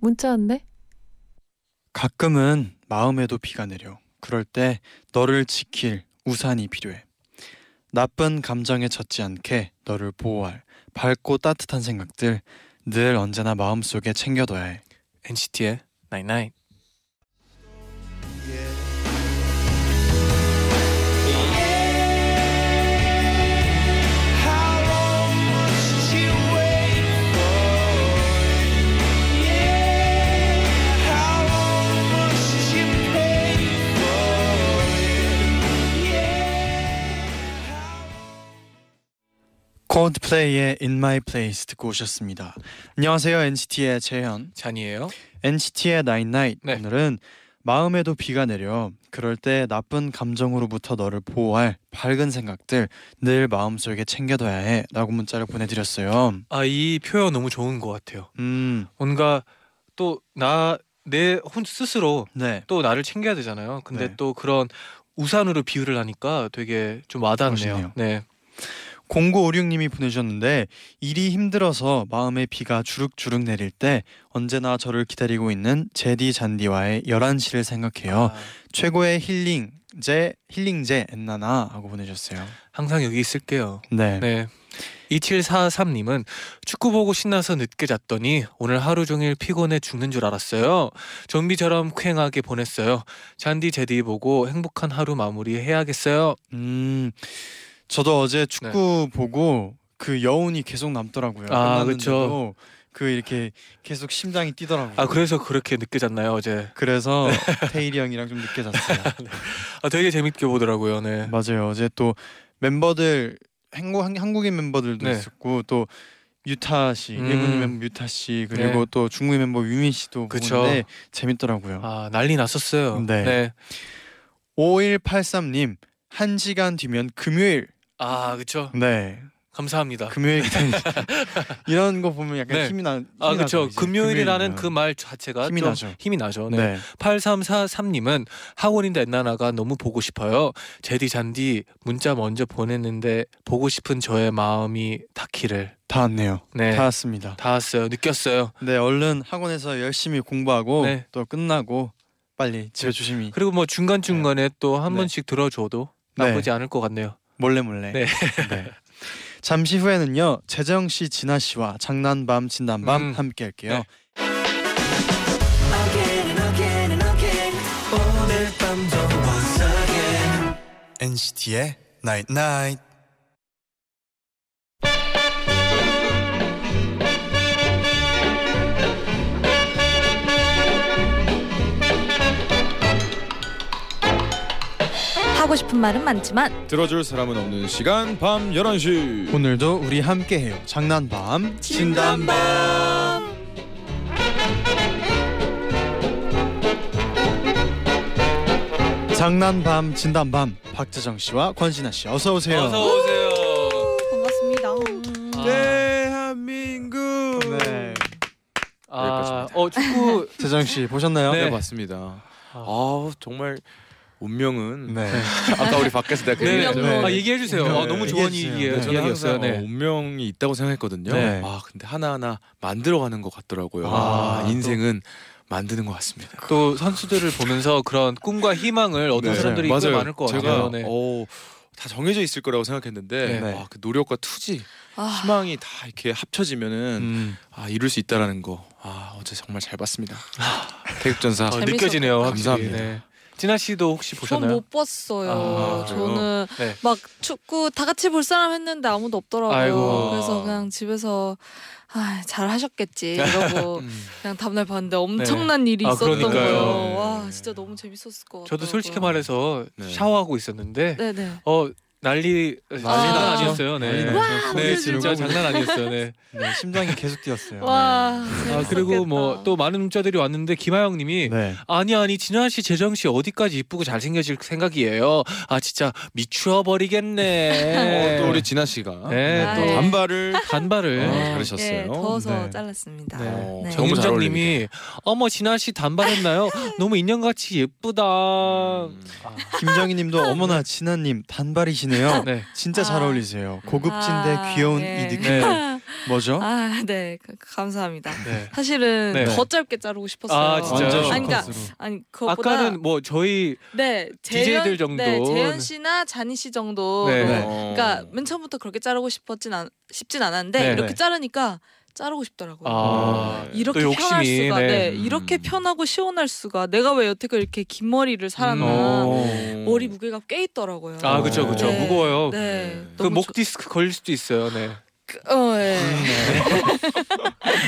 문자 왔네. 가끔은 마음에도 비가 내려. 그럴 때 너를 지킬 우산이 필요해. 나쁜 감정에 젖지 않게 너를 보호할 밝고 따뜻한 생각들 늘 언제나 마음속에 챙겨둬야 해. NCT의 Night Night. 콜드플레이의 In My Place 듣고 오셨습니다. 안녕하세요 NCT의 재현. 잔이에요. NCT의 Nine Night 네. 오늘은 마음에도 비가 내려 그럴 때 나쁜 감정으로부터 너를 보호할 밝은 생각들 늘 마음속에 챙겨둬야 해라고 문자를 보내드렸어요. 아 이 표현 너무 좋은 것 같아요. 음, 뭔가 또 나 내혼 스스로 네, 또 나를 챙겨야 되잖아요. 근데 네. 또 그런 우산으로 비유를 하니까 되게 좀 와닿네요. 멋있네요. 네. 0956님이 보내주셨는데 일이 힘들어서 마음에 비가 주룩주룩 내릴 때 언제나 저를 기다리고 있는 제디 잔디와의 11시를 생각해요. 아, 최고의 힐링제 힐링제 엔나나 하고 보내주셨어요. 항상 여기 있을게요. 네. 네. 2743님은 축구 보고 신나서 늦게 잤더니 오늘 하루 종일 피곤해 죽는 줄 알았어요. 좀비처럼 쾌하게 보냈어요. 잔디 제디 보고 행복한 하루 마무리해야겠어요. 음, 저도 어제 축구 보고 그 여운이 계속 남더라고요. 아, 끝났는데도 그 이렇게 계속 심장이 뛰더라고요. 아 그래서 그렇게 늦게 잤나요 어제? 그래서 테일이 형이랑 좀 늦게 잤어요. 아 되게 재밌게 보더라고요. 네. 맞아요. 어제 또 멤버들 한국 한- 한국인 멤버들도 네. 있었고 또 유타 씨, 음. 일본인 멤버 유타 씨 그리고 네. 또 중국인 멤버 유민 씨도 그쵸. 보는데 재밌더라고요. 아 난리 났었어요. 네. 5183님 한 시간 뒤면 금요일. 아 그쵸. 네. 감사합니다. 금요일 이런 거 보면 약간 아. 네. 힘이 나. 힘이 아 나죠, 그쵸. 이제. 금요일이라는 금요일이면. 그 말 자체가 힘이 좀 나죠. 힘이 나죠. 네. 네. 8343님은 학원인데 엔나나가 너무 보고 싶어요. 제디 잔디 문자 먼저 보냈는데 보고 싶은 저의 마음이 닿기를. 다 왔네요. 네. 다 다... 왔습니다. 닿았어요. 느꼈어요. 네, 얼른 학원에서 열심히 공부하고 네. 또 끝나고 빨리 네. 집에 조심히 그리고 뭐 중간중간에 또 한 네. 번씩 들어줘도 네. 나쁘지 않을 것 같네요. 몰래 몰래. 네. 네. 잠시 후에는요 재정 씨, 진아 씨와 장난밤 진단밤 음. 함께할게요. 네. Again and again and again 오늘 밤도 once again 네. NCT의 Night Night. 하고 싶은 말은 많지만 들어줄 사람은 없는 시간 밤 11시 오늘도 우리 함께해요. 장난밤 진단밤. 장난밤 진단밤 박재정 씨와 권진아 씨 어서 오세요. 어서 오세요. 반갑습니다. 어, 아, 네. 대한민국 네. 아, 여기까지입니다. 어 축구 재정 씨 보셨나요? 네 네. 맞습니다 아 정말 운명은 네. 아까 우리 밖에서 내가 그 네. 얘기했죠. 네. 아 얘기해 주세요. 네. 아, 너무 좋은 얘기해 주세요. 얘기예요. 네, 저는 이야기였어요. 항상 어, 네. 운명이 있다고 생각했거든요 네. 아 근데 하나하나 만들어가는 것 같더라고요 아, 아, 인생은 만드는 것 같습니다 또 선수들을 보면서 그런 꿈과 희망을 얻은 네. 사람들이 꽤 많을 것 같아요. 제가 네. 어, 다 정해져 있을 거라고 생각했는데 네. 아, 그 노력과 투지 희망이 다 이렇게 합쳐지면은 음. 아 이룰 수 있다라는 거. 아 어제 정말 잘 봤습니다. 태극전사. 아, 재밌었- 느껴지네요. 확실히. 감사합니다. 네. 진아 씨도 혹시 전 보셨나요? 못 봤어요. 아, 그래요? 저는 네. 막 축구 다 같이 볼 사람 했는데 아무도 없더라고요. 아이고. 그래서 그냥 집에서 아, 잘 하셨겠지 이러고 그냥 다음날 봤는데 엄청난 일이 네. 아, 있었던 그러니까요. 거예요. 와 네. 진짜 너무 재밌었을 것 같아요. 저도 솔직히 말해서 네. 샤워하고 있었는데 네네. 어 난리 난리는 아. 아니었어요. 네. 난리 났죠. 네, 소리 진짜 지르고. 장난 아니었어요. 네. 음. 네, 심장이 계속 뛰었어요. 와. 아, 그리고 뭐 또 많은 문자들이 왔는데 김하영 님이 네. 네. 아니 아니 진아 씨 재정 씨 어디까지 이쁘고 잘생겨질 생각이에요. 아 진짜 미쳐 버리겠네. 어, 또 우리 진아 씨가 네, 아, 또 예. 단발을 간발을 그렇죠. 어, 네. 자르셨어요. 예, 더워서 아, 네. 잘랐습니다. 네. 어, 네. 너무 잘 어울립니다. 정은정님이 어머 진아 씨 단발했나요? 너무 인형같이 어, 예쁘다. 음. 김정희님도 어머나 진아님 단발이시네요. 네. 진짜 잘 아. 어울리세요. 고급진데 아, 귀여운 예. 이 느낌. 네. 뭐죠? 아, 네. 가- 감사합니다. 네. 사실은 네. 더 짧게 자르고 싶었어요. 아, 진짜요? 완전 아니, 그러니까 숏컷으로. 아니 그것보다 아까는 뭐 저희 네, DJ들 재현- 정도. 네, 재현 씨나 자니 씨 정도. 네. 네. 어. 그러니까 맨 처음부터 그렇게 자르고 싶었진 않, 싶진 않았는데 네. 이렇게 네. 자르니까 자르고 싶더라고요. 아, 이렇게 또 편할 욕심이, 수가, 네. 네. 음. 이렇게 편하고 시원할 수가. 내가 왜 여태껏 이렇게 긴 머리를 살았나. 음, 어. 머리 무게가 꽤 있더라고요. 어. 아 그쵸 그쵸 네. 무거워요. 네. 너무 그목 음. 디스크 걸릴 수도 있어요. 네. 좋- 어, 예.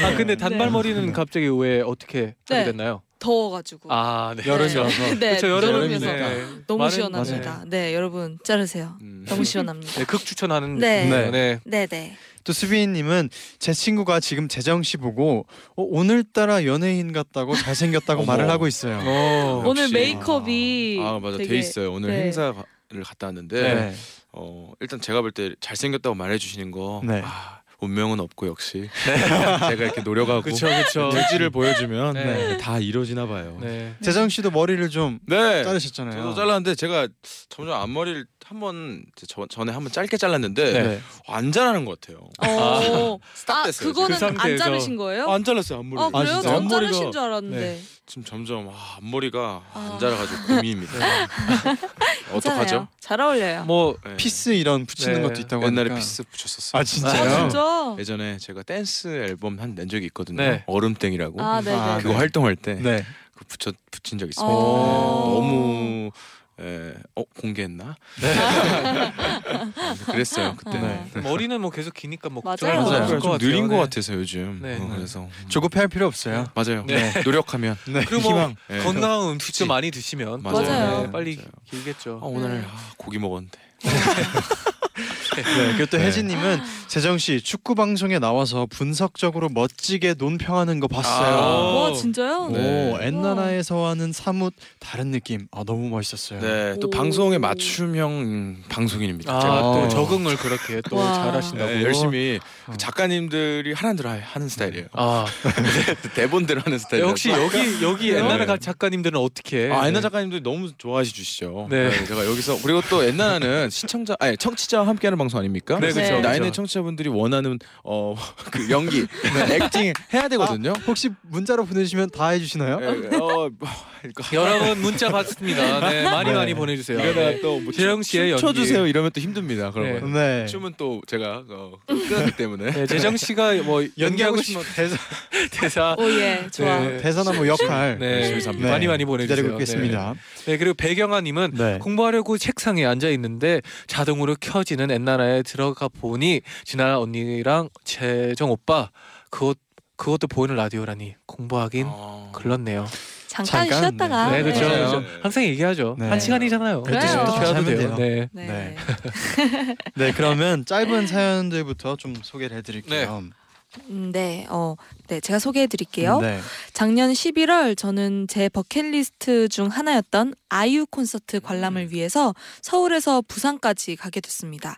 아 근데 단발머리는 갑자기 왜 어떻게 하게 네. 됐나요? 더워가지고. 아 네. 여름이어서. 네, 그쵸 여름이네. 여름이어서. 네. 너무 많은- 시원합니다. 맞아요. 네, 여러분 자르세요. 음. 너무 시원합니다. 네, 극 추천하는 네. 느낌이에요. 네. 네. 네, 네. 또 수빈님은 제 친구가 지금 재정 씨 보고 어, 오늘따라 연예인 같다고 잘생겼다고 어머. 말을 하고 있어요. 어. 오늘 역시. 메이크업이 아 맞아 되게- 돼 있어요. 오늘 네. 행사를 갔다 왔는데 네. 어, 일단 제가 볼 때 잘생겼다고 말해주시는 거 네. 아, 운명은 없고 역시 네. 제가 이렇게 노력하고 그쵸 네. 그쵸. 의지를 보여주면 네. 다 이루어지나 봐요. 네. 네. 재정 씨도 머리를 좀 자르셨잖아요. 저도 잘랐는데 제가 점점 앞머리를 한번 전에 한번 짧게 잘랐는데 네. 안 자라는 것 같아요. 그 어. 아, 됐어요, 지금. 그거는 그 안 상태에서. 자르신 거예요? 안 잘랐어요 앞머리. 아, 그래요? 진짜? 전 앞머리가 자르신 줄 알았는데. 네. 지금 점점 아, 앞머리가 아. 네. 안 자라가지고 고민입니다. 괜찮아요. 어떡하죠? 잘 어울려요. 뭐 네. 피스 이런 붙이는 네. 것도 있다고 하니까. 옛날에 피스 붙였었어요. 네. 아 진짜요? 아, 진짜? 예전에 제가 댄스 앨범 한 낸 적이 있거든요. 네. 얼음땡이라고. 아, 네, 아, 네. 뭐, 그거 활동할 때 네. 그거 붙여 붙인 적 있어요. 어. 너무 에, 어 공개했나? 그랬어요 그때. 네. 머리는 뭐 계속 기니까 뭐 맞아요. 걱정할 건 맞아요. 없을 좀 것 느린 같아요. 것 네. 같아서 요즘. 네. 어, 그래서 조급해할 필요 없어요. 맞아요. 네. 노력하면. 네. 그리고 뭐 희망. 예. 건강한 음식도 그치. 많이 드시면 맞아요. 맞아요. 네, 빨리 맞아요. 길겠죠. 아, 오늘 아, 고기 먹었는데. 네. 그리고 또 네. 혜진님은 재정 씨 축구 방송에 나와서 분석적으로 멋지게 논평하는 거 봤어요. 와, 뭐, 진짜요? 오, 네. 엔나나에서 하는 사뭇 다른 느낌. 아 너무 멋있었어요. 네. 또 오. 방송에 맞춤형 방송인입니다. 아, 제가 또 어. 적응을 그렇게 또 와. 잘하신다고. 네, 열심히 그 작가님들이 하는 대로 하- 하는 스타일이에요. 아, 대본대로 하는 스타일. 역시 여기 여기 네. 옛날에 간 작가님들은 어떻게? 네. 해? 아, 엔나 작가님들이 너무 좋아해 주시죠. 네. 네. 제가 여기서 그리고 또 엔나는 시청자 아니 청취자와 함께하는 방송 아닙니까? 네, 그쵸, 나이 그쵸. 는 청취자분들이 원하는 어 그 연기, 액팅 해야 되거든요. 혹시 문자로 보내주시면 다 해주시나요? 예, 어, 이거 여러분 문자 받습니다. 네, 많이 네. 많이 보내주세요. 이러다가 네. 또뭐 재영 씨의 연기. 춰주세요 이러면 또 힘듭니다. 그러면 네. 춤은 또 제가 어, 끝났기 때문에 네, 재정 씨가 뭐 연기하고 싶은 대사, 대사 오, 예. 좋아. 네. 대사나 뭐 역할 네, 감사합니다. 많이 많이 보내주세요. 기다리고 있겠습니다. 네, 그리고 배경아님은 네. 공부하려고 책상에 앉아 있는데 자동으로 켜지는 엔나나에 들어가 보니 진아 언니랑 재정 오빠 그것 그것도 보이는 라디오라니 공부하긴 어. 글렀네요. 잠깐, 잠깐, 쉬었다가. 네, 그렇죠. 맞아요. 그렇죠. 항상 얘기하죠. 네. 한 시간이잖아요. 그래요. 그때부터 쉬어도 자면 돼요. 돼요. 네. 네. 네. 네, 그러면 짧은 사연들부터 좀 소개를 해드릴게요. 음, 네. 어, 네. 제가 소개해 드릴게요. 네. 작년 11월 저는 제 버킷리스트 중 하나였던 아이유 콘서트 관람을 위해서 서울에서 부산까지 가게 됐습니다.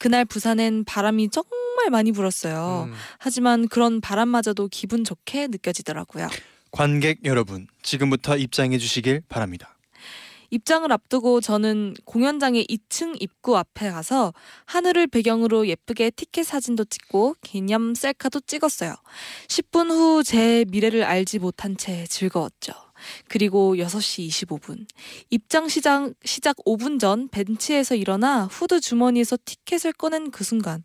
그날 부산엔 바람이 정말 많이 불었어요. 음. 하지만 그런 바람마저도 기분 좋게 느껴지더라고요. 관객 여러분, 지금부터 입장해 주시길 바랍니다. 입장을 앞두고 저는 공연장의 2층 입구 앞에 가서 하늘을 배경으로 예쁘게 티켓 사진도 찍고 기념 셀카도 찍었어요. 10분 후 제 미래를 알지 못한 채 즐거웠죠. 그리고 6시 25분 입장 시작 시작 5분 전 벤치에서 일어나 후드 주머니에서 티켓을 꺼낸 그 순간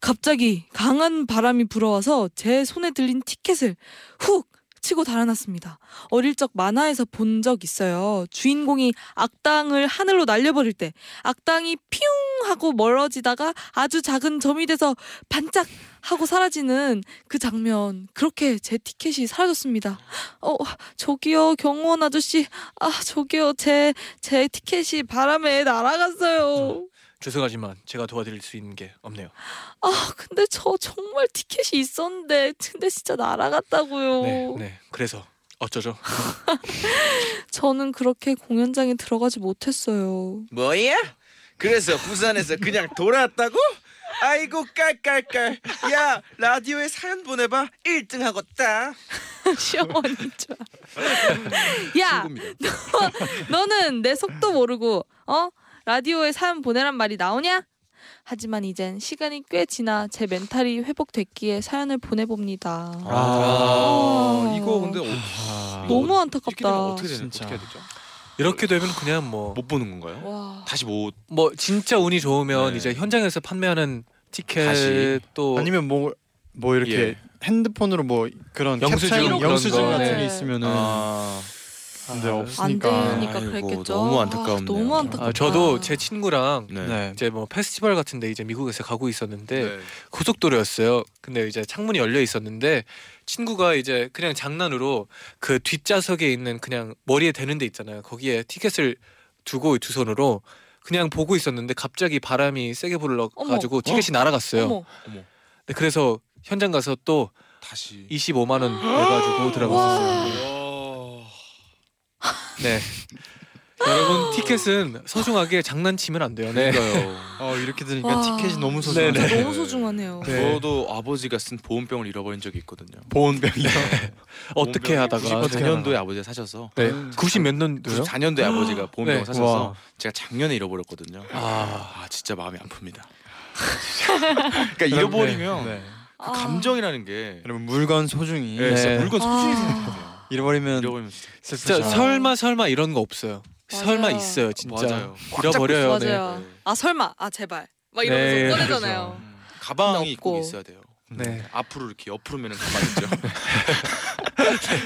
갑자기 강한 바람이 불어와서 제 손에 들린 티켓을 훅 치고 달아났습니다. 어릴 적 만화에서 본 적 있어요. 주인공이 악당을 하늘로 날려버릴 때 악당이 피웅 하고 멀어지다가 아주 작은 점이 돼서 반짝 하고 사라지는 그 장면 그렇게 제 티켓이 사라졌습니다. 어 저기요 경호원 아저씨 아 저기요 제 제 티켓이 바람에 날아갔어요. 죄송하지만 제가 도와드릴 수 있는 게 없네요. 아 근데 저 정말 티켓이 있었는데 근데 진짜 날아갔다고요. 네, 네. 그래서 어쩌죠? 저는 그렇게 공연장에 들어가지 못했어요. 뭐야? 그래서 부산에서 그냥 돌아왔다고? 아이고 깔깔깔 야 라디오에 사연 보내봐 1등하고 딱 시어머니 줄. 알아. 야 친구입니다 너는 내 속도 모르고 어 라디오에 사연 보내란 말이 나오냐? 하지만 이젠 시간이 꽤 지나 제 멘탈이 회복됐기에 사연을 보내봅니다. 아, 아. 이거 근데 어, 너무 이렇게 되면 안타깝다. 어떻게 되는 진짜. 어떻게 해야 되죠? 이렇게 되면 그냥 뭐 뭐 못 보는 건가요? 와. 다시 못 진짜 운이 좋으면 네. 이제 현장에서 판매하는 티켓 다시. 또 아니면 뭐 뭐 이렇게 예. 핸드폰으로 뭐 그런 영수증 캡처- 이런 영수증 거. 같은 네. 게 있으면은 아, 근데 없으니까. 안 되니까 아이고, 그랬겠죠. 너무 아, 안타깝네요. 너무 안타깝다. 아, 저도 제 친구랑 네. 네. 이제 뭐 페스티벌 같은데 이제 미국에서 가고 있었는데 네. 고속도로였어요. 근데 이제 창문이 열려 있었는데 친구가 이제 그냥 장난으로 그 뒷좌석에 있는 그냥 머리에 대는 데 있잖아요. 거기에 티켓을 두고 두 손으로 그냥 보고 있었는데 갑자기 바람이 세게 불러 가지고 티켓이 날아갔어요. 어머. 네, 그래서 현장 가서 또 다시 25만 원 내가지고 들어갔었어요. 와. 네. 여러분 티켓은 소중하게 장난치면 안 돼요. 네. 그러니까요. 어 이렇게 되니까 와. 티켓이 너무 진짜 소중하네. 네, 네. 너무 소중하네요. 그 네. 저도 아버지가 쓴 보온병을 잃어버린 적이 있거든요. 보온병이요. 네. 어떻게 하다가 94년도에 아버지가 사셔서 네. 90 몇 년도요? 94년도에 아버지가 보온병을 네. 사셔서 와. 제가 작년에 잃어버렸거든요. 아. 아 진짜 마음이 아픕니다. 그러니까 잃어버리면 그 네. 아. 감정이라는 게 여러분 물건 소중히 네, 진짜 네. 물건 소중히 아. 생각해요. 잃어버리면 잃어버리면 진짜 진짜 슬프죠. 설마 설마 이런 거 없어요. 맞아요. 설마 있어요, 진짜. 맞아요. 잃어버려요. 네. 맞아요. 네. 아 설마. 아 제발. 네, 막 이러면서 꺼내잖아요. 음, 가방이 꼭 없고. 있어야 돼요. 네. 앞으로 이렇게 옆으로 매는 가방 있죠.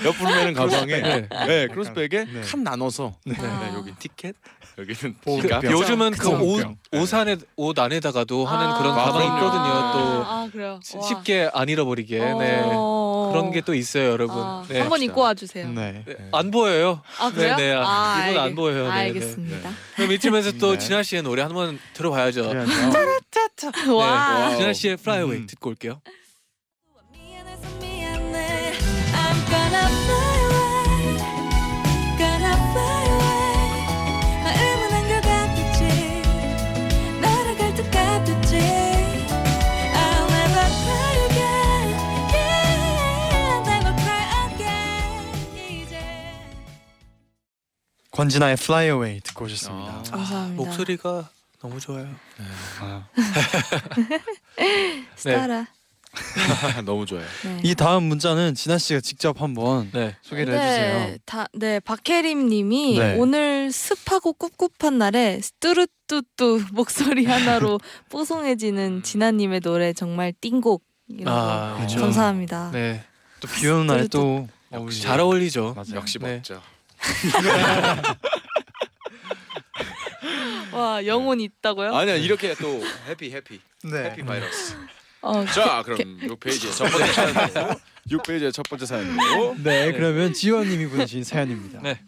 옆으로 매는 가방에 네. 네, 크로스백에 네. 칸 나눠서 네. 아. 여기 티켓, 여기는 보온병. 지갑. 그죠, 요즘은 그죠. 그 옷 네. 옷안에 옷 안에다가도 하는 아. 그런 가방이 그럼요. 있거든요. 또 아 그래요. 시- 와. 쉽게 안 잃어버리게. 네. 어. 그런 게 또 있어요, 여러분. 아, 네. 한번 진짜. 입고 와주세요. 네. 네, 안 보여요. 아 그래요? 네, 네. 아, 이분 안 알겠- 보여요. 네, 네. 알겠습니다. 그럼 이쯤에서 또 네. 진아 씨의 노래 한번 들어봐야죠. 네. 그래야죠. 와. 진아 씨의 Fly Away 음. 듣고 올게요. 미안해서 미안해. I'm gonna fly away. Gonna fly away. 마음은 한결 같았지. 날아갈 듯 같았지. I'll never cry again. Yeah, never cry again. 이제. 권진아의 Fly Away 듣고 오셨습니다. 아. 감사합니다. 목소리가 너무 좋아요. 아. 네. 스타라. 너무 좋아요. 네. 이 다음 문자는 진아 씨가 직접 한번 네. 소개를 네, 해주세요. 다, 네, 박혜림님이 네. 오늘 습하고 꿉꿉한 날에 뚜루뚜뚜 목소리 하나로 뽀송해지는 진아님의 노래 정말 띵곡. 아, 아, 그렇죠. 감사합니다. 네. 또 비 오는 날에 또 역시 잘 어울리죠. 맞아요. 역시 네. 멋져. 와 영혼 이 있다고요? 아니야 이렇게 또 해피 해피 네. 해피 바이러스. 어, 자 그럼 6 페이지의 첫 번째 사연으로 6 페이지의 첫 번째 사연으로 네, 그러면 지원님이 보내신 사연입니다. 네.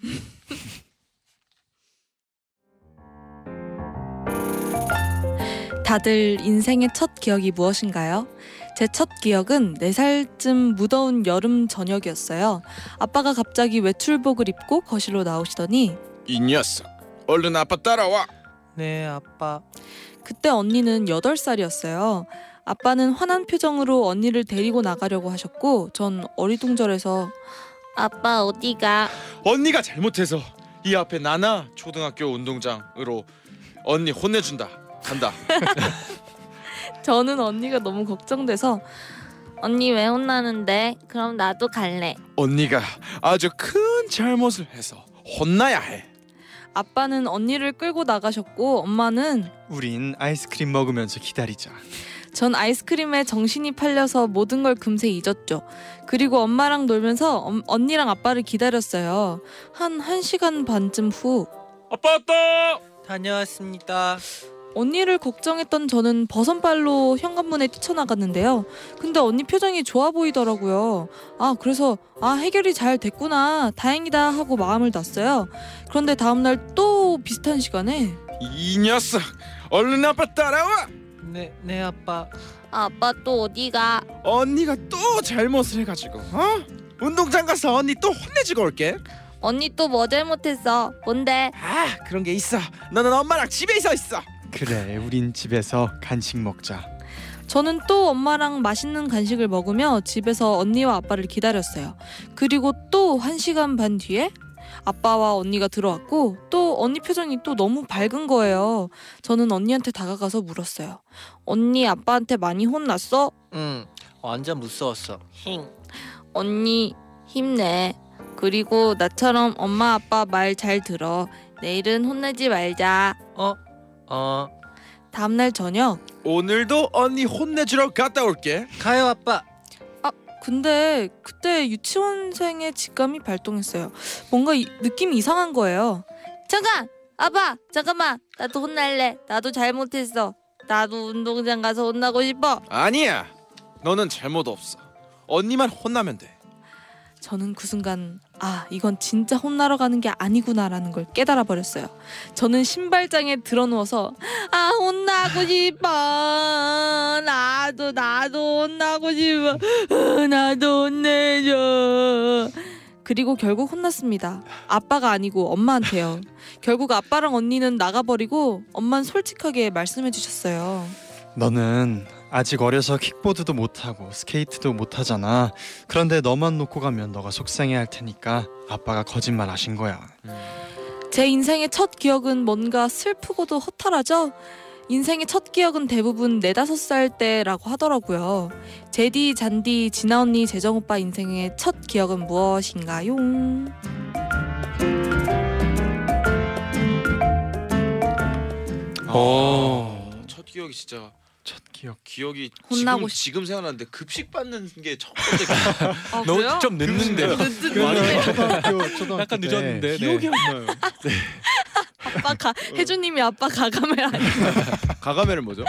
다들 인생의 첫 기억이 무엇인가요? 제 첫 기억은 4살쯤 무더운 여름 저녁이었어요. 아빠가 갑자기 외출복을 입고 거실로 나오시더니 이 녀석 얼른 아빠 따라와. 네, 아빠. 그때 언니는 8살이었어요. 아빠는 화난 표정으로 언니를 데리고 나가려고 하셨고 전 어리둥절해서 아빠 어디가? 언니가 잘못해서 이 앞에 나나 초등학교 운동장으로 언니 혼내준다 간다. 저는 언니가 너무 걱정돼서 언니 왜 혼나는데? 그럼 나도 갈래. 언니가 아주 큰 잘못을 해서 혼나야 해. 아빠는 언니를 끌고 나가셨고 엄마는 우린 아이스크림 먹으면서 기다리자. 전 아이스크림에 정신이 팔려서 모든 걸 금세 잊었죠. 그리고 엄마랑 놀면서 엄- 언니랑 아빠를 기다렸어요. 한 1시간 반쯤 후 아빠 왔다. 다녀왔습니다. 언니를 걱정했던 저는 버선발로 현관문에 뛰쳐나갔는데요. 근데 언니 표정이 좋아 보이더라고요. 아, 그래서 아, 해결이 잘 됐구나. 다행이다 하고 마음을 놨어요. 그런데 다음 날 또 비슷한 시간에 이 녀석 얼른 아빠 따라와. 네, 네 아빠. 아빠 또 어디가? 언니가 또 잘못을 해가지고 어? 운동장 가서 언니 또 혼내주고 올게. 언니 또 뭐 잘못했어? 뭔데? 아 그런 게 있어. 너는 엄마랑 집에서 있어. 그래 우린 집에서 간식 먹자 저는 또 엄마랑 맛있는 간식을 먹으며 집에서 언니와 아빠를 기다렸어요. 그리고 또 한시간반 뒤에 아빠와 언니가 들어왔고 또 언니 표정이 또 너무 밝은 거예요. 저는 언니한테 다가가서 물었어요. 언니 아빠한테 많이 혼났어? 응. 완전 무서웠어. 힝. 언니 힘내. 그리고 나처럼 엄마 아빠 말 잘 들어. 내일은 혼내지 말자. 어, 다음날 저녁 오늘도 언니 혼내주러 갔다 올게. 가요 아빠. 근데 그때 유치원생의 직감이 발동했어요. 뭔가 이- 느낌이 이상한 거예요. 잠깐! 아빠! 잠깐만! 나도 혼날래. 나도 잘못했어. 나도 운동장 가서 혼나고 싶어. 아니야. 너는 잘못 없어. 언니만 혼나면 돼. 저는 그 순간 아 이건 진짜 혼나러 가는 게 아니구나라는 걸 깨달아 버렸어요. 저는 신발장에 드러누워서 아, 혼나고 싶어. 나도, 나도 혼나고 싶어. 나도 혼내줘. 그리고 결국 혼났습니다. 아빠가 아니고 엄마한테요. 결국 아빠랑 언니는 나가버리고 엄만 솔직하게 말씀해 주셨어요. 너는 아직 어려서 킥보드도 못하고 스케이트도 못하잖아 그런데 너만 놓고 가면 너가 속상해할 테니까 아빠가 거짓말 하신 거야 제 인생의 첫 기억은 뭔가 슬프고도 허탈하죠? 인생의 첫 기억은 대부분 네다섯 살 때라고 하더라고요. 제디, 잔디, 진아 언니, 재정 오빠 인생의 첫 기억은 무엇인가요? 어. 오. 어, 어, 첫 기억이 진짜 첫 기억 기억이 혼나고 싶- 지금 생각나는데 급식 받는 게 처음 번째 아, 너무 좀 늦는데. 초등학교 초등학교 약간 때 늦었는데, 네. 기억이 안 나요 아빠 가, 혜주님이 아빠 가감을 아니 가가멜은 뭐죠?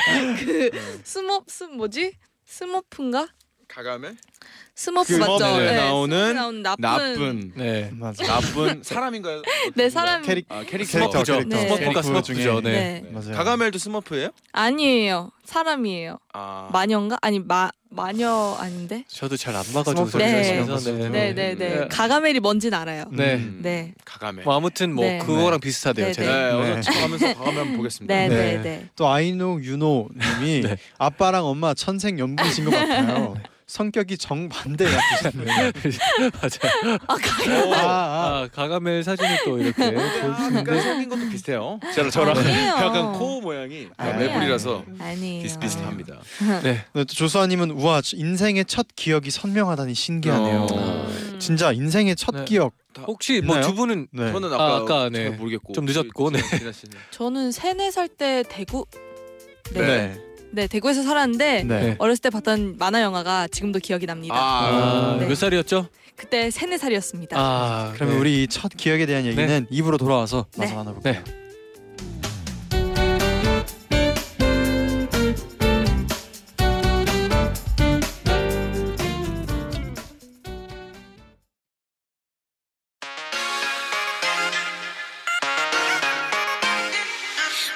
스머프, 뭐지? 스머프인가? 가가멜? 스머프 그 맞죠? 스머프에 네, 나오는 스머프 나오는 나쁜, 나쁜 네. 맞아 나쁜 사람인가요? 네, 사람. 캐릭 아 캐릭터 캐릭터 스머프죠. 캐릭터 네. 스머프가 캐릭터 스머프죠. 중에. 네. 네. 맞아요 가가멜도 스머프예요? 아니에요. 사람이에요. 아 마녀인가? 아니, 마, 마녀 아닌데? 저도 잘 안 막아주는 스머프 소리 네. 들으면서, 네, 네. 네. 네, 네. 가가멜이 뭔진 알아요. 네. 음. 네. 가가멜. 뭐 아무튼 뭐 네. 그거랑 비슷하대요. 네, 제가. 네, 네. 어서 가면서 가가멜 한번 보겠습니다. 네, 네, 네. 네. 또 아이노 유노 님이 네. 아빠랑 엄마 천생 연분이신 것 같아요 성격이 정반대 같으신데 맞아요. 아, 가 오. 아, 네, 아, 아. 아, 가가멜 사진을 또 네. 이렇게 볼 수 있는. 약간 생긴 것도 비슷해요. 저랑 저랑 아니에요. 약간 코 모양이 아니에요. 매불이라서 아니에요. 비슷비슷합니다. 네, 또 조수아님은 우와 인생의 첫 기억이 선명하다니 신기하네요. 어. 음. 진짜 인생의 첫 네. 기억. 혹시 뭐 있나요? 두 분은 네. 저는 아, 아까, 아까, 네. 잘 모르겠고 그 좀 늦었고, 네. 지나 씨는. 저는 세네 살 때 대구 네. 네. 네. 대구에서 살았는데 네. 어렸을 때 봤던 만화 영화가 지금도 기억이 납니다. 아, 아, 네. 몇 살이었죠? 그때 세네 살이었습니다. 아, 그러면 네. 우리 첫 기억에 대한 얘기는 입으로 돌아와서 나서 네. 나눠볼게요. 네.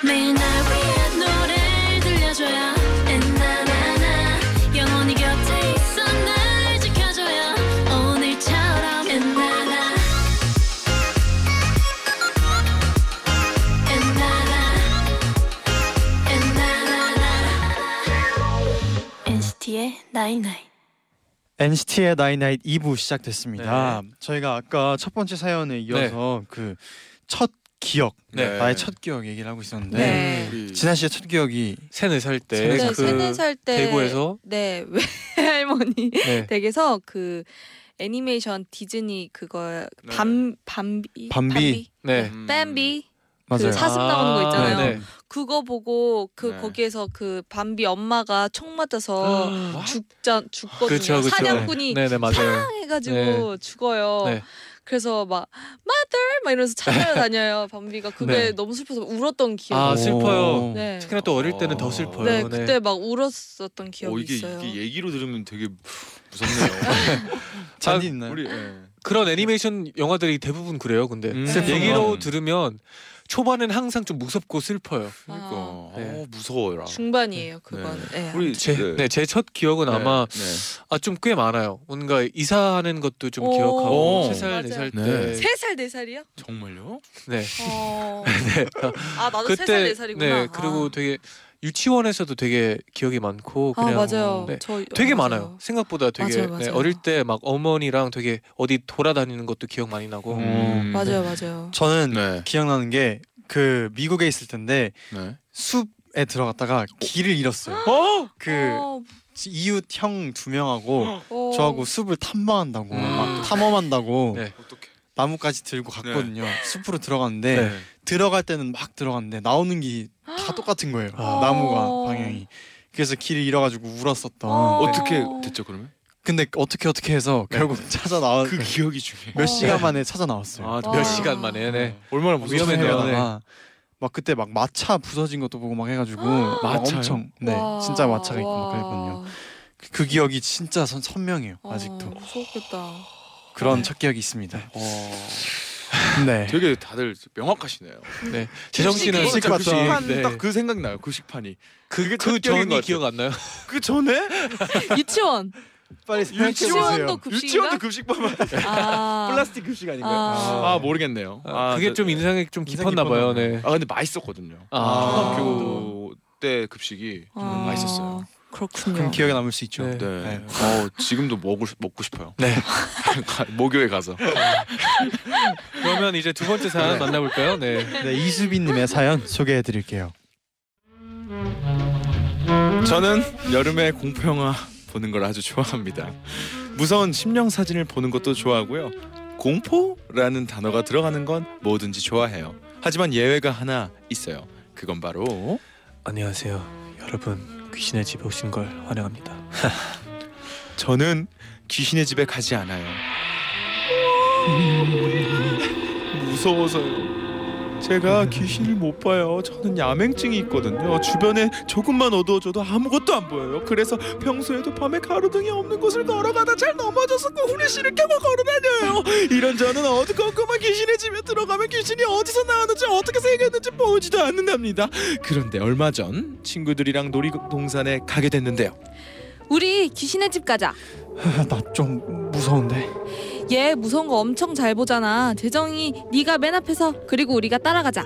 매일 날 위한 노래를 들려줘요 엔나나나 영원히 곁에 있어 날 지켜줘요 오늘처럼 엔나나 엔나나 엔나나나 NCT의 나이나이 NCT의 나이나잇 2부 시작됐습니다. 저희가 아까 첫 번째 사연에 이어서 그 첫 기억, 네. 나의 첫 기억 얘기를 하고 있었는데 네. 우리 진아 씨의 첫 기억이 세네 살 때. 네, 그 세네 살 때 대구에서 네, 외할머니 네. 댁에서 그 애니메이션 디즈니 그거 네. 밤 밤비 밤비. 네. 음. 밤비 맞아요. 그 사슴 나오는 거 있잖아요. 네, 네. 그거 보고 그 네. 거기에서 그 밤비 엄마가 총 어, 어, 맞아서 뭐 죽자 죽거든요. 그렇죠, 그쵸, 그쵸. 사냥꾼이 네, 네, 맞아요. 해가지고 네. 죽어요. 네. 그래서 막 mother 막 이러면서 찾아다녀요. 밤비가 그게 네. 너무 슬퍼서 울었던 기억. 아, 슬퍼요. 오. 네. 특히나 또 어릴 때는 더 슬퍼요. 네, 그때 막 울었었던 기억이 어, 이게, 있어요. 이게 얘기로 들으면 되게 무섭네요. 잔디 있나요? 우리 예. 그런 애니메이션 영화들이 대부분 그래요. 근데 음. 슬프구나. 얘기로 들으면 초반엔 항상 좀 무섭고 슬퍼요. 아. 네. 어, 무서워라. 중반이에요 그건. 네. 우리 제네제 첫 기억은 아마 네. 아 좀 꽤 많아요. 뭔가 이사하는 것도 좀 오. 기억하고 오. 맞아요. 3살4살 네. 때. 세살 네 살이요? 정말요? 네. 어. 아 나도 세살 그때 네 살이구나. 네 그리고 아. 되게 유치원에서도 되게 기억이 많고 아 그냥 맞아요. 네. 저 어, 되게 맞아요. 많아요. 생각보다 되게 맞아요, 네, 맞아요. 어릴 때 막 어머니랑 되게 어디 돌아다니는 것도 기억 많이 나고. 음. 맞아요, 맞아요. 저는 네. 기억나는 게 그 미국에 있을 텐데 네. 숲에 들어갔다가 길을 잃었어요. 어? 그 어, 이웃 형 두 명하고 어. 저하고 숲을 탐방한다고 음. 막 탐험한다고 네. 어떻게? 나무까지 들고 갔거든요. 숲으로 들어갔는데 네. 들어갈 때는 막 들어갔는데 나오는 게 다 똑같은 거예요. 아. 나무가 방향이. 그래서 길을 잃어가지고 울었었던. 어. 어떻게 됐죠 그러면? 근데 어떻게 어떻게 해서 결국 찾아 나왔 그 기억이 중요해. 어. 몇 어. 시간 만에 찾아 나왔어요. 네. 아, 와. 몇 시간 만에 네. 얼마나 위험했네요. 무서웠냐다가 막 그때 막 마차 부서진 것도 보고 막 해가지고 막 마차요? 엄청 네 와. 진짜 마차가 있고 막 와. 그랬거든요. 그, 그 기억이 진짜 선, 선명해요 아직도 아, 무섭겠다. 그런 첫 기억이 있습니다. 어. 네. 되게 다들 명확하시네요. 네. 재정 씨는 그건 식판, 진짜 그 식판 네. 딱 그 생각 나요. 그 식판이. 그, 그게 그 첫 기억인 전이 것 같아요. 기억 안 나요? 그 전에 유치원. 빨리 유치원도 급식인가? 유치원도 급식만 아. 플라스틱 급식 아닌가요? 아. 아, 모르겠네요. 아, 그게 저- 좀 인상이 좀 인상 깊었나 봐요. 깊었나 봐요. 네. 아 근데 맛있었거든요. 아. 초등학교 때 급식이 좀 아, 맛있었어요. 그렇군요. 그럼 기억에 남을 수 있죠. 네. 네. 어 지금도 먹고 싶- 먹고 싶어요. 네. 목요일 가서. 그러면 이제 두 번째 사연 만나볼까요? 네. 네, 이수빈님의 사연 소개해드릴게요. 저는 여름에 공포영화 보는 걸 아주 좋아합니다. 무서운 심령 사진을 보는 것도 좋아하고요. 공포라는 단어가 들어가는 건 뭐든지 좋아해요. 하지만 예외가 하나 있어요. 그건 바로 안녕하세요. 여러분 귀신의 집에 오신 걸 환영합니다. 저는 귀신의 집에 가지 않아요. 무서워서요. 제가 귀신을 못 봐요. 저는 야맹증이 있거든요. 주변에 조금만 어두워져도 아무것도 안 보여요. 그래서 평소에도 밤에 가로등이 없는 곳을 걸어가다 잘 넘어져서 꼭 후레쉬를 켜고 걸어다녀요. 이런 저는 어두컴컴한 귀신의 집에 들어가면 귀신이 어디서 나왔는지 어떻게 생겼는지 보지도 않는답니다. 그런데 얼마 전 친구들이랑 놀이동산에 가게 됐는데요. 우리 귀신의 집 가자. 나 좀 무서운데. 얘 무서운 거 엄청 잘 보잖아. 재정이 네가 맨 앞에서 그리고 우리가 따라가자.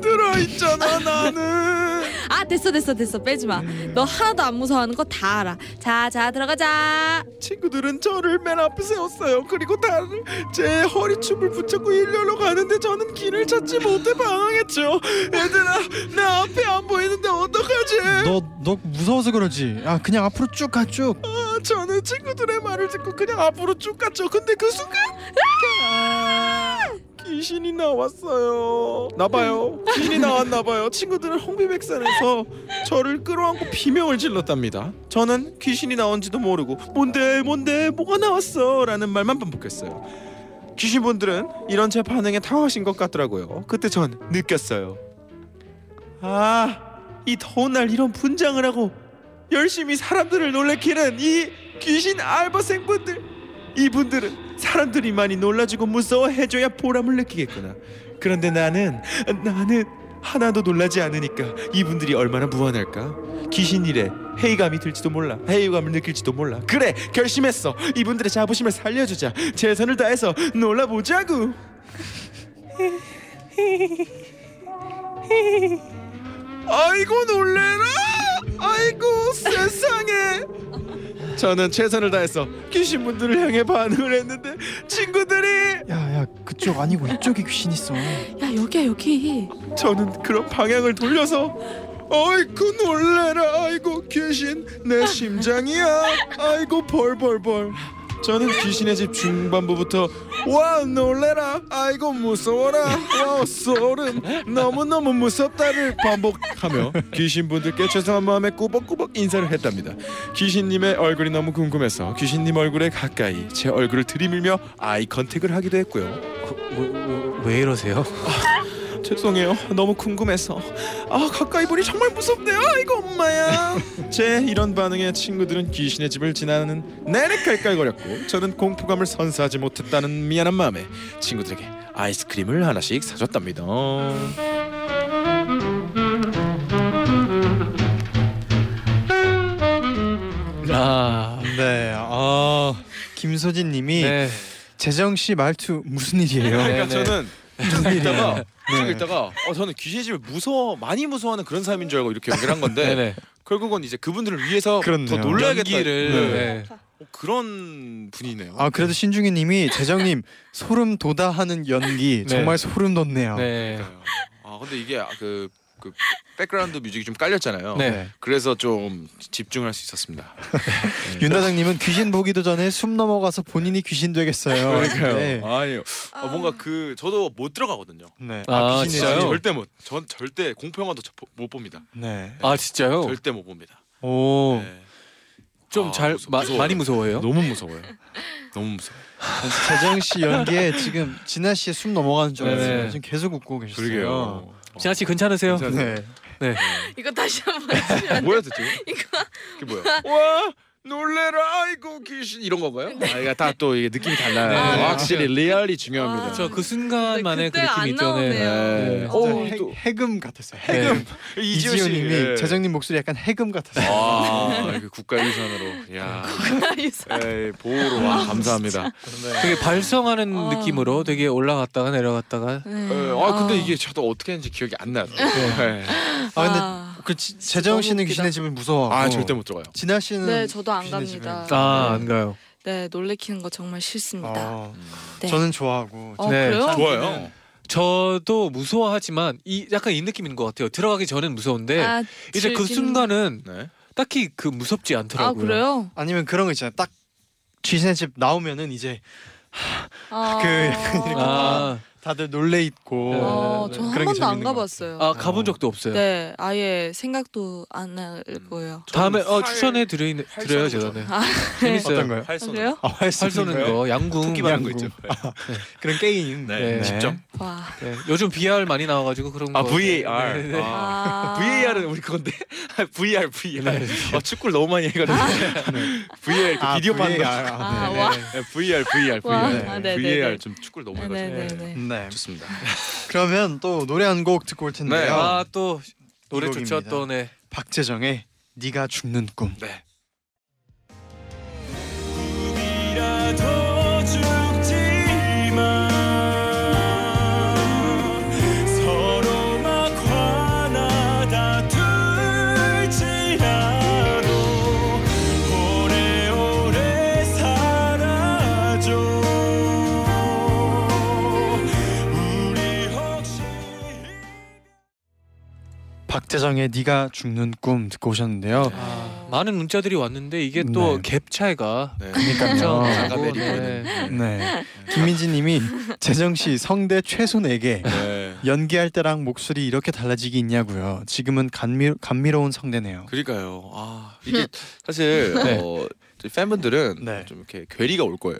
들어 있잖아 나는 아 됐어 됐어 됐어 빼지 마. 음. 너 하나도 안 무서워하는 거 다 알아. 자자 들어가자. 친구들은 저를 맨 앞에 세웠어요 그리고 다들 제 허리춤을 붙잡고 일렬로 가는데 저는 길을 찾지 못해 방황했죠 얘들아 나 앞에 안 보이는데 어떡하지 너 너 무서워서 그러지. 아 그냥 앞으로 쭉 가 쭉. 아, 저는 친구들의 말을 듣고 그냥 앞으로 쭉 갔죠 근데 그 순간 귀신이 나왔어요 나봐요 귀신이 나왔나봐요 친구들은 홍비백산에서 저를 끌어안고 비명을 질렀답니다 저는 귀신이 나온지도 모르고 뭔데 뭔데 뭐가 나왔어 라는 말만 반복했어요 귀신분들은 이런 제 반응에 당황하신 것 같더라고요 그때 전 느꼈어요 아 이 더운 날 이런 분장을 하고 열심히 사람들을 놀래키는 이 귀신 알바생분들 이분들은 사람들이 많이 놀라주고 무서워해줘야 보람을 느끼겠구나 그런데 나는 나는 하나도 놀라지 않으니까 이분들이 얼마나 무한할까 귀신 일에 회의감이 들지도 몰라 회의감을 느낄지도 몰라 그래 결심했어 이분들의 자부심을 살려주자 최선을 다해서 놀라보자구 아이고 놀래라 아이고 세상에 저는 최선을 다해서 귀신분들을 향해 반응을 했는데 친구들이 야야 그쪽 아니고 이쪽에 귀신 있어. 야 여기야 여기. 저는 그런 방향을 돌려서 아이고 놀래라 아이고 귀신 내 심장이야 아이고 벌벌벌 저는 귀신의 집 중반부부터 와 놀래라 아이고 무서워라 와 소름 너무너무 무섭다를 반복하며 귀신분들께 죄송한 마음에 꾸벅꾸벅 인사를 했답니다 귀신님의 얼굴이 너무 궁금해서 귀신님 얼굴에 가까이 제 얼굴을 들이밀며 아이 컨택을 하기도 했고요 그, 왜, 왜 이러세요? 죄송해요. 너무 궁금해서. 아 가까이 보니 정말 무섭네요. 이거 엄마야. 제 이런 반응에 친구들은 귀신의 집을 지나는 내내 깔깔거렸고 저는 공포감을 선사하지 못했다는 미안한 마음에 친구들에게 아이스크림을 하나씩 사줬답니다. 아, 네. 아 김소진 님이 네. 재정 씨 말투 무슨 일이에요? 그러니까 네. 저는 쭉 읽다가 쭉 네. 읽다가 어, 저는 귀신의 집을 무서워 많이 무서워하는 그런 사람인 줄 알고 이렇게 연기를 한 네. 건데 네. 결국은 이제 그분들을 위해서 그렇네요. 더 놀라야겠다. 연기를 네. 네. 어, 그런 분이네요. 아 그래도 신중희 님이 재정 님 소름 돋아 하는 연기 네. 정말 소름 돋네요. 네. 아 근데 이게 그, 그 백그라운드 뮤직이 좀 깔렸잖아요. 네. 그래서 좀 집중할 수 있었습니다. 윤다정 님은 귀신 보기도 전에 숨 넘어가서 본인이 귀신 되겠어요. 네. 아니요. 아, 뭔가 그 저도 못 들어가거든요. 네. 아, 귀신의 진짜요? 아, 집. 절대 못. 전 절대 공포 영화도 저, 못 봅니다. 네. 아, 진짜요? 절대 못 봅니다. 오. 네. 아, 좀 잘 무서- 무서워요. 많이 무서워요? 너무 무서워요. 너무 무서워. 요 재정 씨 연기에 지금 진아 씨의 숨 넘어가는 줄 알았어요. 네네. 지금 계속 웃고 계셨어요. 그러게요. 진아 씨 괜찮으세요? 괜찮아요. 네. 이거 다시 한번 해주세요. 아, 뭐야 대체? 이거 이게 뭐야? 와 놀래라 아이고 귀신 이런 건가요? 아 이게 다 또 이게 느낌이 달라요. 네. 확실히 리얼이 아. 중요합니다. 저 그 순간만의 그 근데 그때 느낌 안 있죠. 네. 나오네요. 네. 네. 오, 해, 또- 해금 같았어요. 네. 해금. 이지호 네. 님이 예. 재정님 목소리 약간 해금 같았어요. 아, 이렇게 국가유산으로. 야. 에이, 보호로 와 감사합니다. 네. 되게 발성하는 어. 아. 느낌으로 되게 올라갔다가 내려갔다가 에, 어, 아 근데 이게 저도 어떻게 했는지 기억이 안 나요. 네. 아 근데 아. 그 지- 재정 너무 씨는 웃기다. 귀신의 집을 무서워하고 아 절대 못 들어가요. 진아 씨는 네, 저도 안 귀신의 음, 집을 갑니다. 아, 안 가요. 네, 놀래키는 거 정말 싫습니다. 어, 네. 저는 좋아하고 어, 네. 그래요? 좋아요. 저도 무서워하지만 이 약간 이 느낌인 것 같아요. 들어가기 전엔 무서운데 아, 이제 그 즐기는- 순간은 네. 딱히 그 무섭지 아, 않더라고요. 그래요? 아니면 그런 거 있잖아요. 딱 귀신의 집 나오면은 이제 아. 그 약간 이렇게 아, 다들 놀래 있고 어, 네, 저한 그런 게 번도 안 재밌는 것 가봤어요. 아 가본 적도 없어요. 네, 아예 생각도 안 할 거예요. 다음에 어, 저는 활- 추천해 드려 드려요 제가. 네. 아. 재밌어요. 어떤 거요? 활쏘는 그래요? 아, 활 활 쏘는 거, 양궁, 네. 토끼만 양궁. 거 있죠. 그런 게임. 네. 직접. 와. 네, 요즘 VR 많이 나와가지고 그런 아 거. 네, 네, VAR. 네. 아. 아. VAR은 우리 건데 VR VR. 아, 축구를 너무 많이 해가지고 VR 그 아, 비디오 VAR. 판독. 아, 아, 네. 와. 네, VR VR 와, VR. 아, 네, 네, VR 네. 좀 축구를 너무 해가지고. 네네네. 네. 좋습니다. 그러면 또 노래 한 곡 듣고 올 텐데요. 네. 아 또 노래 이곡입니다. 좋죠 또 네. 박재정의 네가 죽는 꿈. 네. 이라도 죽지만 서로 막 화나 다툴지라도 오래오래 살아줘 우리 혹시 박재정의 네가 죽는 꿈 듣고 오셨는데요. 네. 아, 많은 문자들이 왔는데 이게 또 갭 차이가 네. 그러니까요. 잠깐 나고, 내리고 아. 네. 있는. 네. 김민지님이 재정 씨 성대 최소 4개 네. 연기할 때랑 목소리 이렇게 달라지기 있냐고요. 지금은 감미, 감미로운 성대네요. 그러니까요. 아 이게 사실 네. 어, 저희 팬분들은 네. 좀 이렇게 괴리가 올 거예요.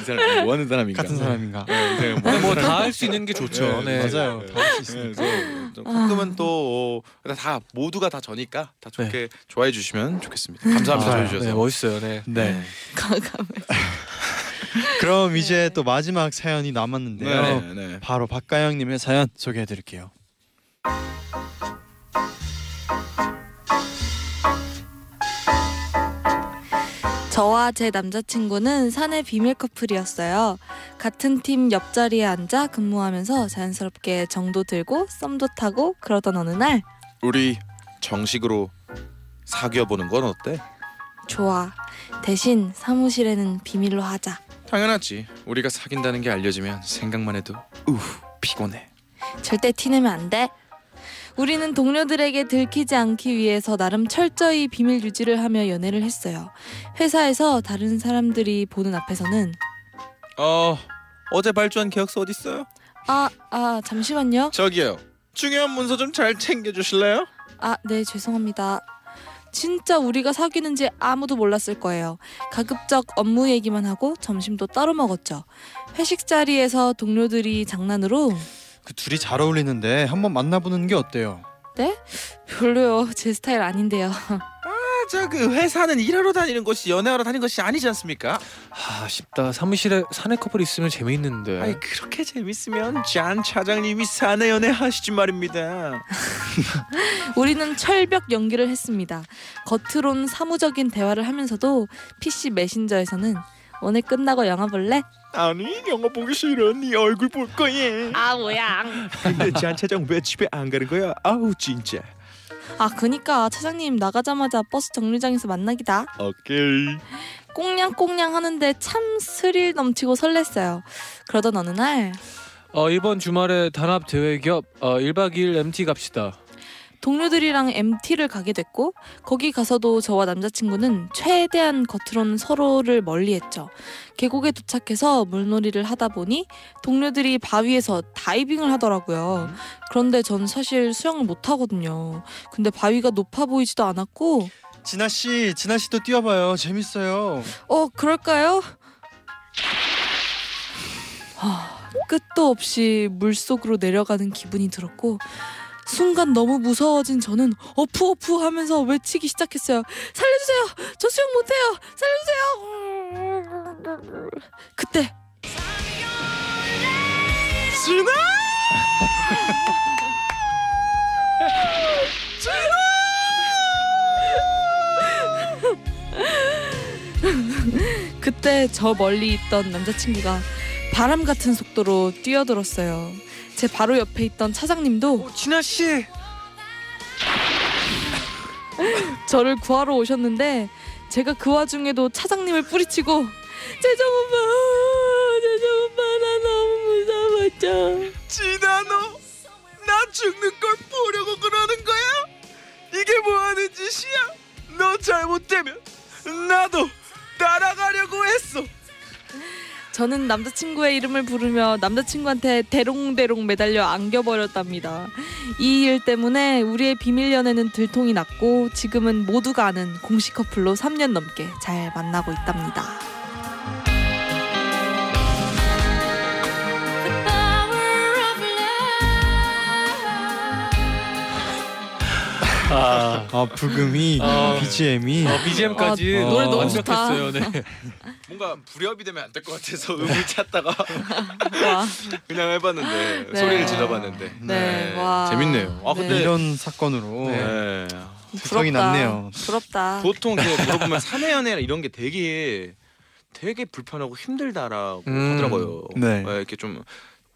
이 사람 뭐 하는 사람인가? 같은 사람인가? 네, 뭐 네, 그렇죠. 하는 뭐다 사람인가? 할 수 있는 게 좋죠. 네. 맞아요. 다 할수 네, 있으니까. 그래서 좀 가끔은 또다 모두가 다 저니까 다 좋게 좋아해 주시면 좋겠습니다. 감사합니다. 맞아요. 네. 좋아해 뭐, 주셔서. 네, 멋있어요. 네. 네. 그럼 이제 또 마지막 사연이 남았는데요. 네, 네, 네. 바로 박가영님의 사연 소개해드릴게요. 저와 제 남자친구는 사내 비밀 커플이었어요. 같은 팀 옆자리에 앉아 근무하면서 자연스럽게 정도 들고 썸도 타고 그러던 어느 날 우리 정식으로 사귀어 보는 건 어때? 좋아. 대신 사무실에는 비밀로 하자. 당연하지. 우리가 사귄다는 게 알려지면 생각만 해도 우후 피곤해. 절대 티내면 안 돼. 우리는 동료들에게 들키지 않기 위해서 나름 철저히 비밀 유지를 하며 연애를 했어요. 회사에서 다른 사람들이 보는 앞에서는 어 어제 발주한 계약서 어디 있어요? 아, 아, 잠시만요. 저기요. 중요한 문서 좀 잘 챙겨 주실래요? 아, 네, 죄송합니다. 진짜 우리가 사귀는지 아무도 몰랐을 거예요. 가급적 업무 얘기만 하고 점심도 따로 먹었죠. 회식 자리에서 동료들이 장난으로 그 둘이 잘 어울리는데 한번 만나보는 게 어때요? 네? 별로요. 제 스타일 아닌데요. 맞아 그 회사는 일하러 다니는 곳이 연애하러 다니는 것이 아니지 않습니까? 아, 아쉽다. 사무실에 사내 커플 있으면 네. 재미있는데. 아니 그렇게 재밌으면 잔 차장님이 사내 연애 하시지 말입니다. 우리는 철벽 연기를 했습니다. 겉으론 사무적인 대화를 하면서도 PC 메신저에서는 오늘 끝나고 영화 볼래? 아니 영화 보기 싫어 네 얼굴 볼 거야. 아 뭐야 근데 잔 차장 왜 집에 안 가는 거야? 아우 진짜. 아 그니까 차장님 나가자마자 버스 정류장에서 만나기다. 오케이. 꽁냥꽁냥 하는데 참 스릴 넘치고 설렜어요. 그러던 어느 날 어, 이번 주말에 단합 대회 겸 어, 1박 2일 MT 갑시다. 동료들이랑 MT를 가게 됐고 거기 가서도 저와 남자친구는 최대한 겉으로는 서로를 멀리했죠. 계곡에 도착해서 물놀이를 하다 보니 동료들이 바위에서 다이빙을 하더라고요. 그런데 전 사실 수영을 못 하거든요. 근데 바위가 높아 보이지도 않았고 진아 씨, 진아 씨도 뛰어봐요. 재밌어요. 어 그럴까요? 아, 끝도 없이 물속으로 내려가는 기분이 들었고 순간 너무 무서워진 저는 어프 어프 하면서 외치기 시작했어요. 살려주세요. 저 수영 못해요. 살려주세요. 그때 진아! 그때 저 멀리 있던 남자친구가 바람 같은 속도로 뛰어들었어요. 제 바로 옆에 있던 차장님도 어, 진아 씨. 저를 구하러 오셨는데 제가 그 와중에도 차장님을 뿌리치고 재정 오빠 재정 오빠 나 너무 무서웠죠 진아 너나 죽는 걸 보려고 그러는 거야? 이게 뭐 하는 짓이야? 너 잘못되면 나도 따라가려고 했어. 저는 남자친구의 이름을 부르며 남자친구한테 대롱대롱 매달려 안겨버렸답니다 이 일 때문에 우리의 비밀 연애는 들통이 났고 지금은 모두가 아는 공식 커플로 3년 넘게 잘 만나고 있답니다 The power of love. 아. 아, 부금이 네. 아. BGM이 어, BGM까지 아, 노래 너무 완벽했어요. 네. 뭔가 불협이 되면 안 될 것 같아서 음을 찾다가 와, 그냥 해봤는데 네. 소리를 질러봤는데 네, 와. 재밌네요. 아 근데 이런 사건으로 네. 구성이 부럽다. 났네요. 부럽다 보통 그 물어보면 사내 연애나 이런 게 되게 되게 불편하고 힘들다라고 음. 하더라고요. 네. 네, 이렇게 좀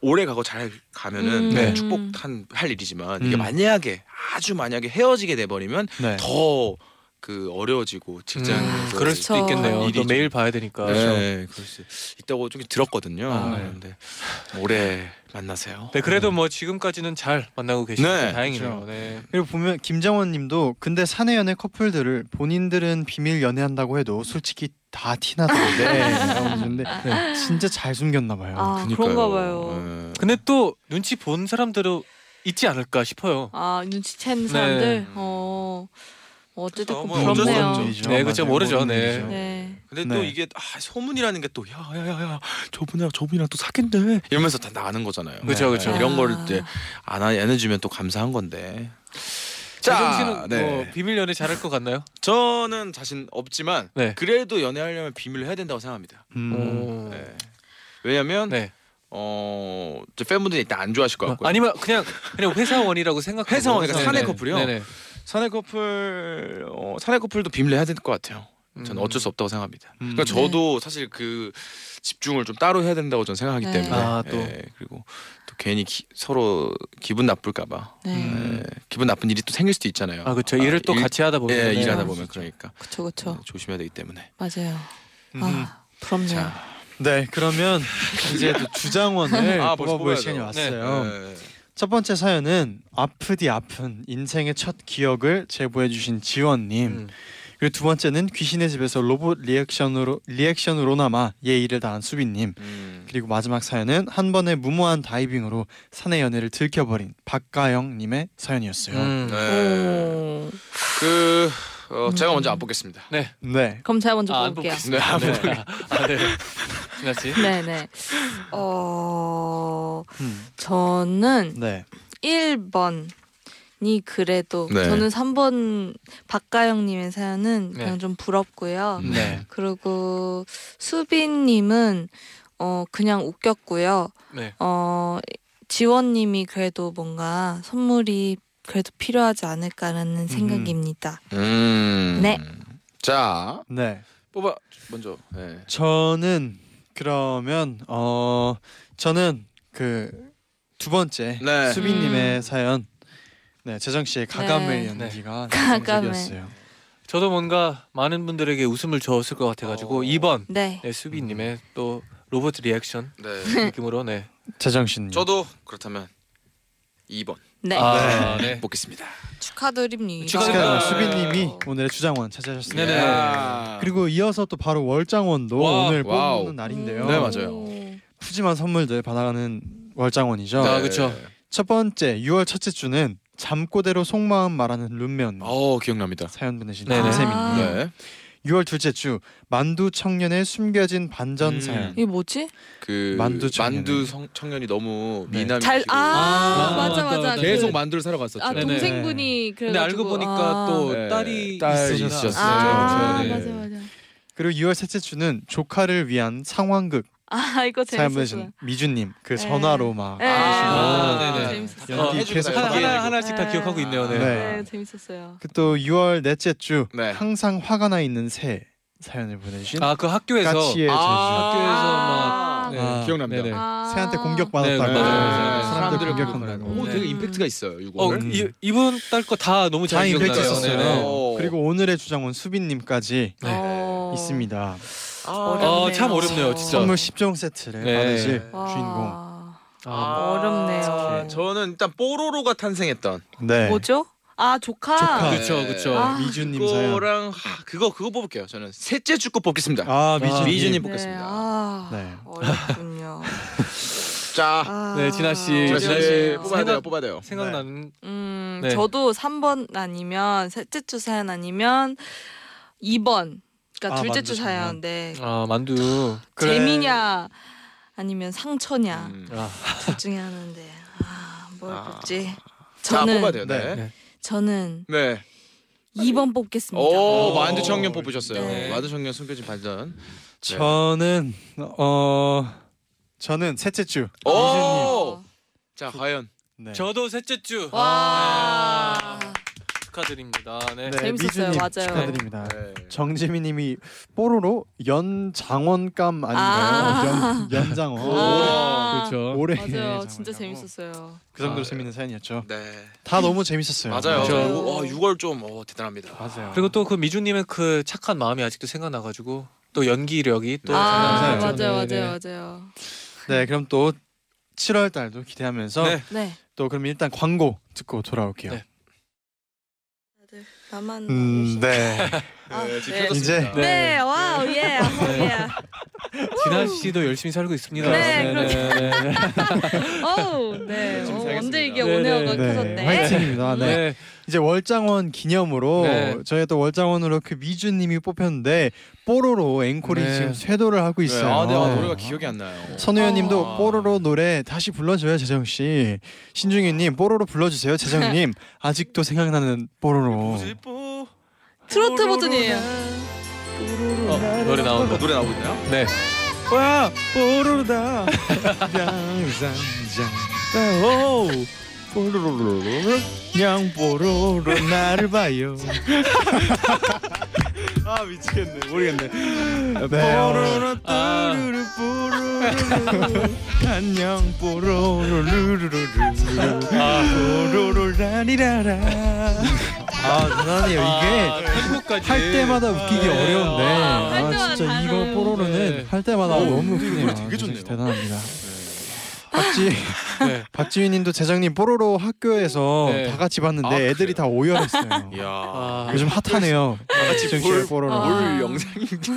오래 가고 잘 가면은 음. 네. 축복한 할 일이지만 이게 음. 만약에 아주 만약에 헤어지게 돼 버리면 네. 더 그 어려워지고 직장 음, 그럴 수도 그렇죠. 있겠네요. 일이 또 좀- 매일 봐야 되니까. 그렇죠. 네, 그럴 수 있다고 좀 들었거든요. 아, 네. 근데 오래 만나세요. 네, 그래도 뭐 지금까지는 잘 만나고 계시니까 네, 다행이네요. 그렇죠. 네. 그리고 보면 김정원님도 근데 사내 연애 커플들을 본인들은 비밀 연애한다고 해도 솔직히 다 티나던데 데 진짜 잘 숨겼나 봐요. 아 음. 그러니까요. 그런가 봐요 네. 근데 또 눈치 본 사람들은 있지 않을까 싶어요. 아 눈치챈 사람들 네. 어 어쨌든 그래서 뭐 어쩔 수 부럽네요. 없죠. 네, 그렇죠. 맞아요. 모르죠. 모르는 네. 일이죠. 네. 근데 네. 또 이게 아, 소문이라는 게 또 야 야야야 저분이랑 저분이랑 또 사귄대 이러면서 다 나가는 거잖아요. 그쵸, 그쵸. 이런 걸 아. 이제 안, 안 해주면 또 감사한 건데. 재정 씨는 네. 뭐 비밀 연애 잘할 것 같나요? 저는 자신 없지만 네. 그래도 연애하려면 비밀로 해야 된다고 생각합니다. 음. 오. 네. 네. 왜냐면 어, 저 팬분들이 일단 안 네. 좋아하실 것 같고요. 아니면 그냥 그냥 회사원이라고 생각하고 회사원이라고 네, 사내 네. 커플이요? 네, 네. 사내 커플 어, 사내 커플도 비밀로 해야 될 것 같아요. 저는 음. 네. 어쩔 수 없다고 생각합니다. 음. 그러니까 저도 사실 그 집중을 좀 따로 해야 된다고 저는 생각하기 네. 때문에 아, 또. 예, 그리고 또 괜히 기- 서로 기분 나쁠까봐 네. 음. 예, 기분 나쁜 일이 또 생길 수도 있잖아요. 아, 그렇죠. 일을 또 일- 같이 하다 보면 예, 네. 일하다 보면 그러니까 그쵸 그쵸. 예, 조심해야 되기 때문에 맞아요. 음. 아 부럽네요. 자 네, 그러면 이제 또 주장원을 아, 뽑아볼 벌써 뽑아야죠. 시간이 네. 왔어요. 예. 첫 번째 사연은 아프디 아픈 인생의 첫 기억을 제보해 주신 지원님. 음. 그리고 두 번째는 귀신의 집에서 로봇 리액션으로 리액션으로나마 예의를 다한 수빈님. 음. 그리고 마지막 사연은 한 번의 무모한 다이빙으로 사내 연애를 들켜버린 박가영님의 사연이었어요. 음. 네. 오. 그 어, 제가 음. 먼저 안 뽑겠습니다. 네. 네. 그럼 제가 먼저 아, 안 볼게요. 네, 안 네. 뽑- 아, 네. 진아 씨. 음. 네네. 어 음. 저는 네. 1번 이 그래도 네. 저는 3번 박가영님의 사연은 네. 그냥 좀 음. 부럽고요. 네. 그리고 수빈님은 어 그냥 웃겼고요. 네. 어 지원님이 그래도 뭔가 선물이 그래도 필요하지 않을까라는 생각입니다. 음. 네. 자 네. 뽑아 먼저. 네. 저는 그러면 어 저는 그 두 번째 네. 수빈님의 음. 사연 네 재정 씨의 가감의 네. 연기가 가감을. 인상적이었어요. 저도 뭔가 많은 분들에게 웃음을 줬을 것 같아가지고 어. 음. 2번 네. 네, 수비님의 또 로봇 리액션 네. 느낌으로 네. 재정 씨는 저도 그렇다면 2번 네. 아, 뭐 네. 뽑겠습니다. 축하드립니다. 축하드립니다. 축하드려요. 네, 수빈님이 오늘의 주장원 찾아주셨습니다. 네네. 야. 그리고 이어서 또 바로 월장원도 와, 오늘 와우. 뽑는 날인데요. 네, 맞아요. 푸짐한 선물들 받아가는 월장원이죠. 네. 아, 그쵸. 첫 번째 6월 첫째 주는 잠꼬대로 속마음 말하는 룸면 어 기억납니다. 사연 보내신 네네. 아. 선생님. 네. 6월 둘째 주 만두 청년의 숨겨진 반전 음. 사연. 이게 뭐지? 그 만두 만두, 청년이. 성- 청년이 너무 네. 미남이 잘, 아, 아, 맞아, 맞다, 맞아. 맞다. 계속 그- 만두를 사러 갔었죠. 아, 네네. 동생분이 그래 근데 알고 보니까 또 네. 딸이 딸이 있으셨구나. 있으셨어요. 아, 아, 아 네. 맞아 맞아. 그리고 6월 셋째 주는 조카를 위한 상황극 아, 이거 사연 재밌었어. 보내신 미주님 그 네. 전화로 막 네. 아, 하시는 네네. 재밌었어요. 어, 연기 계속 하나, 하게 하나 되고. 하나씩 다 네. 기억하고 있네요. 네. 네. 네, 재밌었어요. 그또 6월 넷째 주 네. 항상 화가 나 있는 새 사연을 보내주신 아 그 학교에서 까치의 제주 아. 학교에서 막 네. 네. 아, 기억납니다. 네네. 아. 새한테 네, 공격받았다고 맞아요, 맞아요. 사람들 사람들을 공격한다고 오 네. 되게 임팩트가 있어요. 어, 이거. 음. 이, 이번 딸 거 다 너무 잘그 자인 기억나요. 펼쳤었어요 네네. 오. 그리고 오늘의 주장원 수빈님까지 네. 어. 있습니다 어렵네요. 아, 참 어렵네요, 진짜. 선물 10종 세트를 네. 받으실 와. 주인공 아, 어렵네요. 아, 저는 일단 뽀로로가 탄생했던 네 뭐죠? 아, 조카. 조카. 그렇죠, 그렇죠. 아. 미주님 사연 그거랑 하, 그거 그거 뽑을게요. 저는 셋째 축구 뽑겠습니다. 아 아, 미주님 미주님 네. 뽑겠습니다. 아. 네. 어렵군요. 자, 아, 네, 진아 씨. 제가 진아 씨 어렵네요. 뽑아야 돼요. 뽑아야 돼요. 생각나는 음, 네. 저도 3번 아니면 셋째 주 사연 아니면 2번. 그러니까 아, 둘째 주 만두 사연. 네. 아 만두. 그래. 재미냐 아니면 상처냐 음. 아, 둘 중에 하나인데 아, 뭘 아. 뽑지? 자, 뽑아야 저는 돼요. 네. 네. 네. 저는 네. 2번 뽑겠습니다. 오, 오. 만두 청년 뽑으셨어요. 네. 만두 청년 숨겨진 반전. 네. 저는 어 저는 셋째 주 어. 오! 자, 과연 네. 저도 셋째 주. 와. 네. 축하드립니다. 네. 네, 재밌었어요. 미주님 맞아요. 축하드립니다 네. 정지민님이 뽀로로 연장원감 아닌가요? 연, 연장원 아, 그렇죠. 올해 맞아요. 진짜 재밌었어요. 그 정도로 아, 재밌는 사연이었죠. 네. 다 너무 재밌었어요. 맞아요. 그렇죠. 그리고 와, 6월 좀 어, 대단합니다. 맞아요. 그리고 또 그 미주님의 그 착한 마음이 아직도 생각나가지고 또 연기력이 또. 아, 장난 아니죠. 네, 맞아요. 네. 맞아요. 맞아요. 네 그럼 또 7월 달도 기대하면서 네. 네. 또 그럼 일단 광고 듣고 돌아올게요. 네. 다들 나만 음, 네. 아, 네. 이제 네. 와우. 예. 예. 진아 네. 씨도 열심히 살고 있습니다. 네, 네, 네. 어우, 네. 열심히 어, 살겠습니다. 언제 이게 네네. 오네어가 네. 커졌네. 화이팅입니다. 네. 네. 이제 월장원 기념으로 네. 저희 또 월장원으로 그 미주님이 뽑혔는데 뽀로로 앵콜이 네. 지금 쇄도를 하고 있어요. 아, 네. 아, 노래가 기억이 안 나요. 선우현님도 아. 뽀로로 노래 다시 불러줘요 재정 씨. 신중희님 뽀로로 불러주세요 재정님. 아직도 생각나는 뽀로로. 트로트 버전이에요. 어, 노래 나온다. 노래 나오고 있나요? 네. 와 뽀로로다. 오. 뽀로로로. 냥 뽀로로 나를 봐요. 아 미치겠네. 모르겠네. 네. 어, 뽀로로 뚜루루 뽀로로. 안녕 뽀로로 루루루루 아. 뽀로로라리라라. 아 대단해요 이게 편곡까지 할 때마다 웃기기 네. 어려운데 아, 할 아 때마다 진짜 이거 다른. 뽀로로는 네. 할 때마다 너무 웃기네요 노래 되게 재정 좋네요. 씨 대단합니다 박지 네. 박지윤님도 재정님 뽀로로 학교에서 네. 다 같이 봤는데 아, 애들이 그래요? 다 오열했어요 예. 이야. 아, 요즘 핫하네요 재정 씨의 볼- 뽀로로 아. 뭘 영상인지.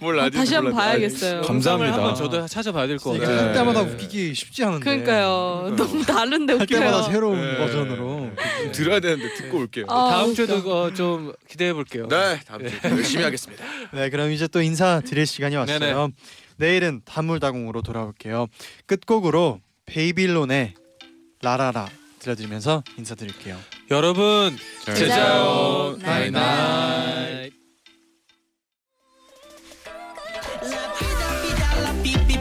뭘 라디오 다시 한번 봐야겠어요. 감사합니다. 한번 저도 찾아봐야 될 것 이게 같아요. 할 때마다 네. 웃기기 쉽지 않은데 그러니까요. 그러니까요. 너무 다른데 할 때마다 웃겨요. 새로운 네. 버전으로 들어야 되는데 듣고 올게요. 아, 다음 웃겨. 주에도 어, 좀 기대해 볼게요. 네, 다음 주에 열심히 하겠습니다. 네, 그럼 이제 또 인사 드릴 시간이 왔어요. 네네. 내일은 다물다공으로 돌아올게요. 끝곡으로 베이빌론의 라라라 들려드리면서 인사드릴게요. 여러분 제자요, 나이나이. La vida, vida, la vida.